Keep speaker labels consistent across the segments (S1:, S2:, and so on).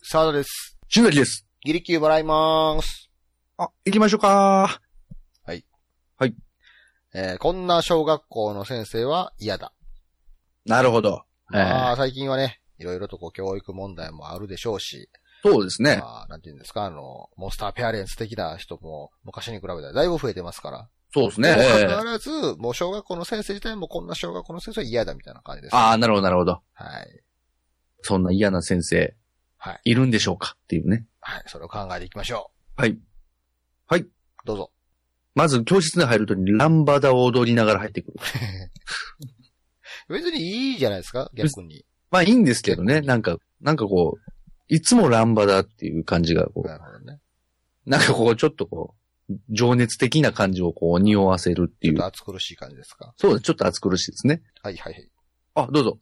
S1: 沢田です。
S2: 新崎です。
S1: ギリキューもらいまーす。
S2: あ、行きましょうか。
S1: えーこんな小学校の先生は嫌だ。
S2: なるほど。え
S1: ま
S2: ー
S1: あ、最近はね、いろいろとこう教育問題もあるでしょうし、
S2: そうですね。
S1: まあ、なんて言うんですか、あの、モンスターペアレンツ的な人も昔に比べたらだいぶ増えてますから。
S2: そうですね。
S1: にも
S2: え
S1: かかわ
S2: ー
S1: らず、もう小学校の先生自体もこんな小学校の先生は嫌だみたいな感じです。
S2: ああ、なるほど、なるほど。
S1: はい。
S2: そんな嫌な先生、
S1: はい
S2: いるんでしょうかっていうね。
S1: はい。それを考えていきましょ
S2: はい。
S1: う。どうぞ。
S2: まず、教室に入るとにランバダを踊りながら入ってくる。
S1: 別にいいじゃないですか、逆に。
S2: まあ、いいんですけどね。なんか、なんかこう、いつもランバダっていう感じが、こ
S1: なるほどね。
S2: う、なんかこう、ちょっとこう、情熱的な感じをこう、匂わせるって
S1: ち
S2: い
S1: ょっと
S2: う。
S1: 暑苦しい感じですか。
S2: そうです。ちょっと暑苦しいですね。
S1: はいはいはい。
S2: あ、どうぞ。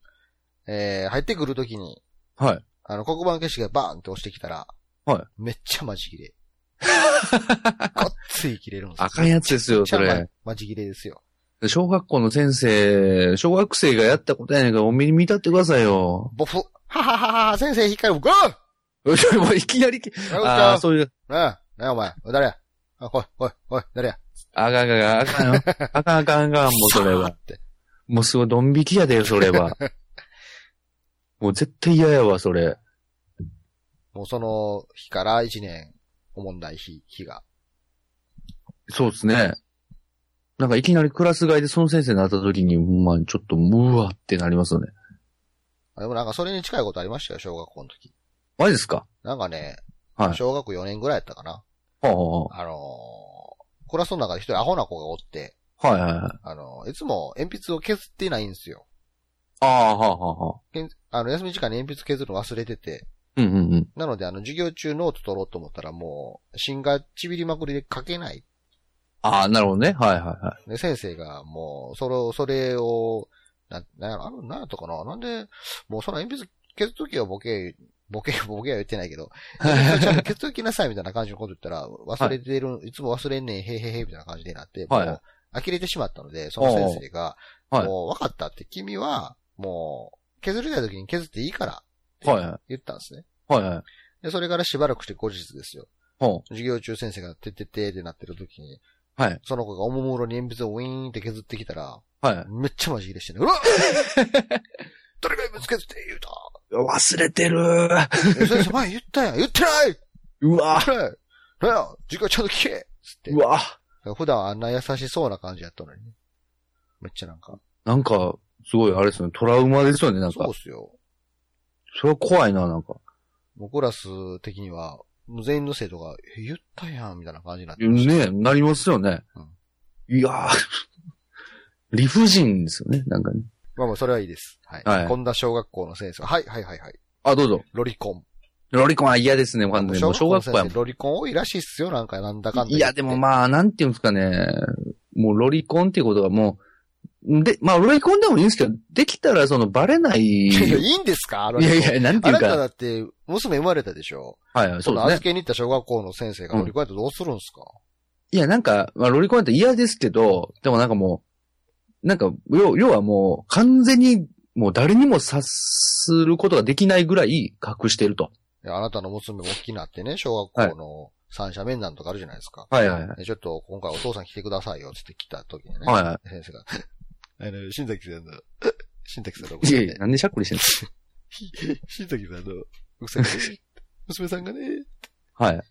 S1: えー、入ってくるときに、
S2: はい。
S1: あの、黒板消しがバーンって押してきたら、
S2: は
S1: めっちゃマジ切 れ。ごっつい切れるんですよ。
S2: あかんやつですよ、そ
S1: めっちゃ
S2: れ
S1: ま。マジ切れですよ。
S2: 小学校の先生、小学生がやったことやねんから、お目に見立ってくださいよ。
S1: ボフ。はははは先生引っかる。ゴー
S2: もういきなり、あ
S1: あ
S2: あ、そういう、
S1: あ、なあお前。誰やあ、ほい、ほい、ほい、誰や
S2: あかんあかんあかんよ。あかんあかんあかん、もうそれ
S1: さー
S2: は
S1: っ。て。
S2: もうすごいドン引きやで、それは。もう絶対嫌やわ、それ。
S1: もうその日から一年、おもんない日、日が。
S2: そうですね。なんかいきなりクラス外でその先生になった時に、まあちょっと、うわってなりますよね。
S1: あでもなんかそれに近いことありましたよ、小学校の時。
S2: マジですか
S1: なんかね、
S2: はい
S1: 小学4年ぐらいやったかな。
S2: はあは
S1: あのークラスの中で一人アホな子がおって、
S2: あはいはいはい。
S1: あのーいつも鉛筆を削ってないんですよ。
S2: ああ、はあはあはあ。
S1: けんあの、休み時間に鉛筆削るの忘れてて、
S2: うんうんうん。
S1: なので、あの、授業中ノート取ろうと思ったらもう、芯がちびりまくりで書けない。
S2: ああ、なるほどね。はいはいは
S1: で、先生がもう、それを、それを、な、なんやろ、あの、なんやったかななんで、もうその鉛筆削るときはボケ、ボケ、 ボケは言ってないけど、 ちゃんと削っときなさいみたいな感じのこと言ったら、忘れてる、い、つも忘れんねん、へいへいへいみたいな感じになって、
S2: はい
S1: もう、呆れてしまったので、その先生が、
S2: おうはい
S1: もう、分かったって、君は、もう、削りたい時に削っていいから、
S2: い。はいは
S1: 言ったんですね。
S2: い。はいはい。
S1: で、それからしばらくして後日ですよ。
S2: ほ
S1: 授業中先生がてってってーってなってる時に、
S2: う。はい。
S1: その子がおもむろに鉛筆をウィーンって削ってきたら、
S2: はい。
S1: めっちゃマジ切れしてね、う わ誰が鉛筆削って言うた
S2: 忘れてる
S1: え先生前言ったやん言ってないう言
S2: わ
S1: ってないなんや授業ちゃんと聞けつって
S2: う。わ
S1: 普段あんな優しそうな感じやったのにね。めっちゃなんか。
S2: なんか、すごい、あれですね、トラウマですよね、なん
S1: そう
S2: か
S1: っ。すよ。
S2: それは怖いな、なんか。
S1: もうクラス的には、もう全員の生徒が、え言ったやん、みたいな感じになってました。
S2: ねなりますよね。いやー 理不尽ですよね、なんかね。
S1: まあまあ、それはいいです。はい。
S2: はい
S1: こんな小学校の先生。はい、はい、はい、はい。
S2: あ、どうぞ。
S1: ロリコン。
S2: ロリコンは嫌ですね、わかんない。もう小学校
S1: の
S2: や
S1: 先
S2: も
S1: 生ロリコン多いらしいっすよ、なんか、なんだかん
S2: ん。
S1: だ。
S2: いや、でもまあ、なんていうんですかね。もうロリコンっていうことがもう、で、まあ、ロリコンでもいいんですけど、できたらその、バレない。
S1: い
S2: い
S1: や、いやい
S2: や
S1: いんですかロリコン。
S2: いや、なんて
S1: あ
S2: いう
S1: なただ
S2: か。
S1: って、娘生まれたでしょ
S2: はいはい、そうですね
S1: 預。けに行った小学校の先生がロリコンやったらどうするんすか、
S2: いや、なんか、まあ、ロリコンやったら嫌ですけど、でもなんかもう、なんか、要要はもう、完全に、もう誰にも察することができないぐらい隠してると。
S1: いやあなたの娘も大きなってね、小学校の三者面談とかあるじゃないですか。
S2: はいはいはい。
S1: でちょっと今回お父さん来てくださいよつって来た時にね。
S2: はいは
S1: 先生が、 あの、新崎さんの、新崎さんの、
S2: い。いやいや、なんでしゃっくりしてん
S1: 新崎さんの、奥さんがね、娘さんがね、
S2: のはい。
S1: なん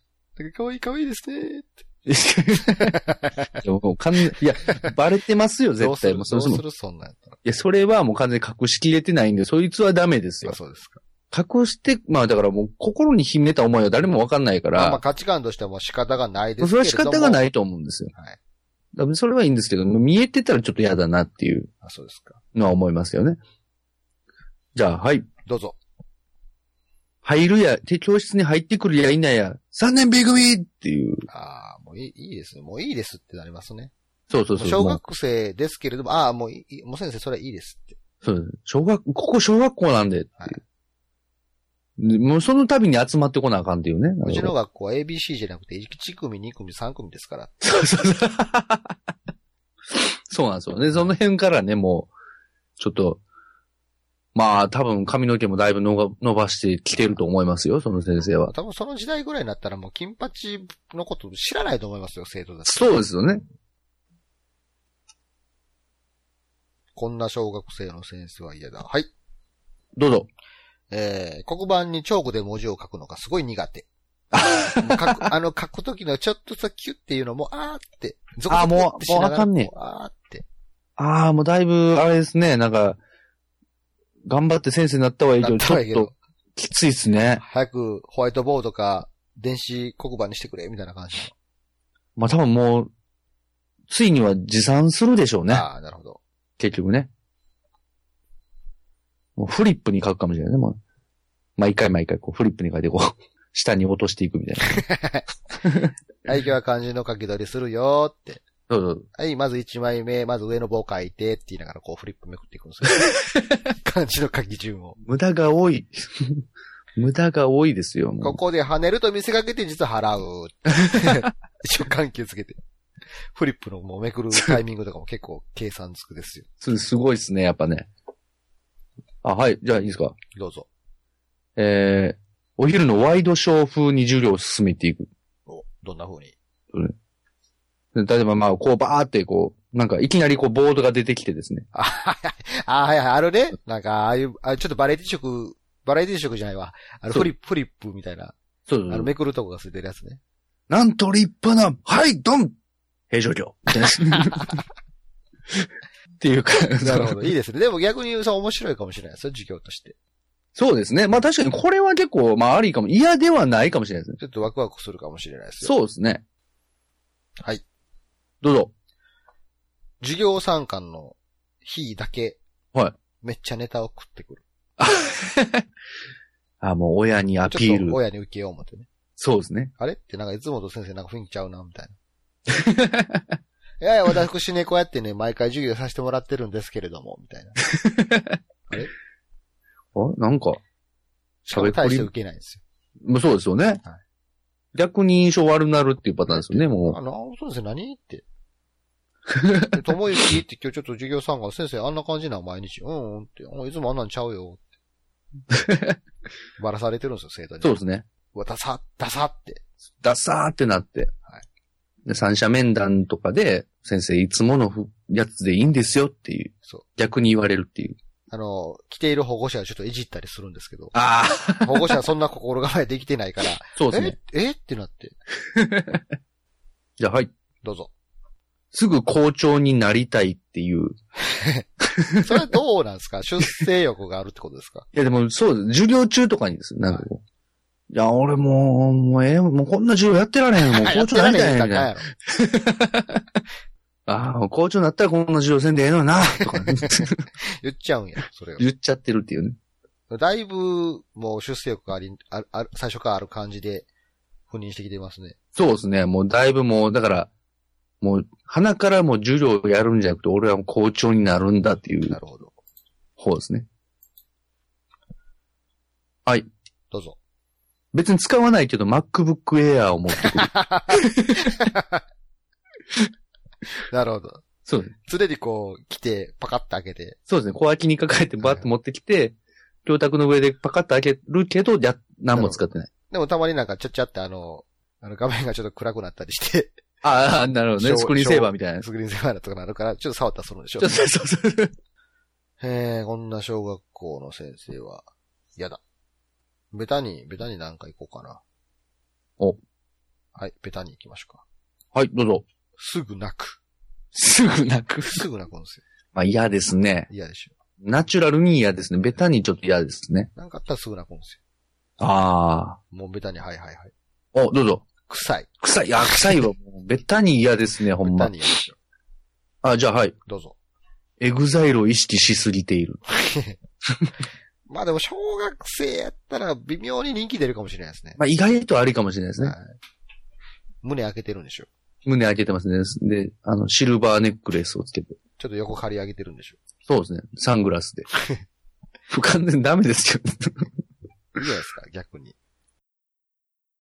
S1: か可愛い可愛いですね。
S2: いやもう完全いや、バレてます
S1: どう
S2: よ、絶
S1: す
S2: 対。
S1: る
S2: も
S1: ど
S2: う
S1: う
S2: そもそも
S1: す
S2: い
S1: るそんなんやったら。
S2: や、それはもう完全に隠しきれてないんで、そいつはダメですよ
S1: あ。そうですか。
S2: 隠して、まあだからもう心に秘めた思いは誰もわかんないか
S1: まあまあ
S2: ら、
S1: 価値観としてはもう仕方がないです
S2: そ
S1: け
S2: れ
S1: れ
S2: は
S1: ど
S2: 仕
S1: も。
S2: 方が
S1: い。
S2: ないと思うんですよ。
S1: はい。
S2: だからそれはいいんですけど、見えてたらちょっと嫌だなっていう。
S1: あ、そうですか。
S2: のは思いますよね。じゃあ、はい。
S1: どうぞ。
S2: 入るや、て教室に入ってくるやいなや、3年 B 組っていう。
S1: ああ、もういい、いいですね。もういいですってなりますね。
S2: そうそうそう。
S1: 小
S2: もう
S1: 学生ですけれども、ああ、もういい、もう先生それはいいですって。
S2: そう小学、ここ小学校なんでって
S1: はい
S2: いう。でもうその度に集まってこなあかんっていうね。
S1: うちの学校は ABC じゃなくて、1組、2組、3組ですから。
S2: そうそうそう。そうなんですよね。その辺からね、もう、ちょっと、まあ、多分髪の毛もだいぶ伸ば伸ばしてきてると思いますよ、その先生は。
S1: 多分その時代ぐらいになったらもう金八のこと知らないと思いますよ、生徒たち。
S2: そうですよね。
S1: こんな小学生の先生は嫌だ。はい。
S2: どうぞ。
S1: えー、黒板にチョークで文字を書くのがすごい苦手。書 くあの、書くときのちょっとさ、キュっていうのも、あーって。ゾクゾク
S2: もう
S1: ってしながら
S2: もうあかんねん
S1: こうあーって。
S2: ああ、もうだいぶ、あれですね、なんか、頑張って先生になったはいいけ
S1: な
S2: ど、
S1: っ
S2: ち
S1: た
S2: ょ
S1: らいい
S2: っ
S1: けど
S2: と、きついですね。
S1: 早くホワイトボードか、電子黒板にしてくれ、みたいな感じの。
S2: まあ多分もう、ついには持参するでしょうね。
S1: ああ、なるほど。
S2: 結局ね。もうフリップに書くかもしれないね、もう。毎回毎回、こう、フリップに書いて、こう、 下に落としていくみたいな。
S1: はい、今日は漢字の書き取りするよーって。
S2: そうそう。
S1: はい、まず1枚目、まず上の棒書いてって言いながらこうフリップめくっていくんです よ。漢字の書き順を。
S2: 無駄が多い。 無駄が多いですよ、も
S1: こ
S2: う。
S1: こで跳ねると見せかけて実は払う。 一応緩急つけて。フリップのもうめくるタイミングとかも結構計算つくですよ。
S2: すすごいですね、やっぱね。あ、はい、じゃあいいですか。
S1: どうぞ。
S2: えー、お昼のワイドショー風に授業を進めていく。
S1: おどんな風に。
S2: で例えばまあ、こうバーってこう、なんかいきなりこうボードが出てきてですね。
S1: あ、はいはい。あ、はいはい。あるね。なんか、ああいう、あちょっとバラエティ色、バラエティ色じゃないわ。あの、
S2: そう
S1: フリップ、フリップみたいな。
S2: そうそ
S1: あ
S2: う
S1: の、めくるとこがついてるやつね。
S2: なんと立派な、はい、ドン平常 業。みたいなっていうか、
S1: なるほど。いいですね。でも逆に、そう、面白いかもしれないですよ、授業として。
S2: そうですね。まあ確かにこれは結構、まあありかも、嫌ではないかもしれないですね。
S1: ちょっとワクワクするかもしれないですよ。
S2: そうですね。
S1: はい。
S2: どうぞ。
S1: 授業参観の日だけ。
S2: はい。
S1: めっちゃネタを食ってくる。
S2: あ、もう親にア
S1: ち
S2: ピ
S1: ょ
S2: ー
S1: っと
S2: ル。
S1: 親に受けよう思ってね。
S2: そうですね。
S1: あれってなんかいつもと先生なんか雰囲気ちゃうな、みたいな。 いやいや、私ね、こうやってね、毎回授業させてもらってるんですけれども、みたいな。
S2: あ、なんか、
S1: しかも大して受けないんですよ。
S2: まあそうですよね。逆に印象悪なるっていうパターンですよね、もう。
S1: あの、そうですね、何って。ともゆきって今日ちょっと授業参観、先生あんな感じなん毎日。うん、うんって。うんいつもあんなんちゃうよ、 って。ばらされてるんですよ、生徒に。
S2: そうですね。
S1: うわ、ダサ、ダサって。
S2: ダサーってなって。
S1: はい
S2: で三者面談とかで、先生いつものふやつでいいんですよっていう。
S1: そう
S2: 逆に言われるっていう。、
S1: あの、着ている保護者はちょっといじったりするんですけど
S2: ああ、
S1: 保護者はそんな心構えできてないから、
S2: そうです
S1: え
S2: ね。
S1: えってなって。
S2: じゃあはい。
S1: どうぞ。
S2: すぐ校長になりたいっていう。い
S1: それはどうなんです か出世欲があるってことですか
S2: やでもそうです。授業中とかにです。なんかこう。いや、俺もう、もうええ、もうこんな授業やってられ へん。もう校長になりた
S1: やってられへん
S2: いねん。
S1: か
S2: み
S1: ら
S2: た
S1: ないんや
S2: な。
S1: ろ
S2: ああ、校長になったらこんな授業せんでええのにな、と か、
S1: 言っちゃうんや、それを。
S2: 言っちゃってるっていうね。
S1: だいぶ、もう出世欲があり、ある、ある最初からある感じで、赴任してきてますね。
S2: そうですね。もうだいぶもう、だから、もう、鼻からもう授業をやるんじゃなくて、俺はもう校長になるんだってい
S1: な
S2: う
S1: るほど。
S2: 方ですね。
S1: どうぞ。
S2: 別に使わないけど、MacBook Air を持ってく る。
S1: なるほど。
S2: そうですね。
S1: 常にこう、来て、パカッと開けて、
S2: そうですね。小脇に抱えてバッと持ってきて、教卓の上でパカッと開けるけど、や、何も使ってない。
S1: でもたまになんかちゃっちゃってあの、あの画面がちょっと暗くなったりして、
S2: ああ、なるほどね。
S1: 小
S2: スクリーンセーバーみたいな。ち
S1: スクリーンセーバーとかなるから、ちょっと触ったらするんでしょ
S2: ょっ。と、そうそうそう。
S1: へえ、こんな小学校の先生は、嫌だ。ベタに、ベタに何か行こうかな。
S2: お。
S1: はい、ベタに行きましょうか。
S2: はい、どうぞ。
S1: すぐ泣く。
S2: すぐ泣く。
S1: すぐ泣くんですよ。
S2: まあ嫌ですね。
S1: 嫌でしょ。
S2: ナチュラルに嫌ですね。ベタにちょっと嫌ですね。
S1: なんかあったらすぐ泣くんです
S2: あ
S1: よ。もうベタに、はいはいはい。
S2: あ。お、どうぞ。
S1: 臭い。
S2: 臭い、あ、臭いわ。もう、べったに嫌ですね、ほ
S1: ベ
S2: ん
S1: タ
S2: ま。
S1: に嫌でしょ。
S2: あ、じゃあはい。
S1: どうぞ。
S2: エグザイルを意識しすぎている。
S1: まあでも小学生やったら微妙に人気出るかもしれないですね。
S2: まあ、意外とありかもしれないですね
S1: は。い胸開けてるんでしょ。
S2: 胸開けてますね。で、あの、シルバーネックレスをつけて。
S1: ちょっと横刈り上げてるんでしょ。
S2: そうですね。サングラスで。不完全にダメですよ。
S1: いいじゃないですか、逆に。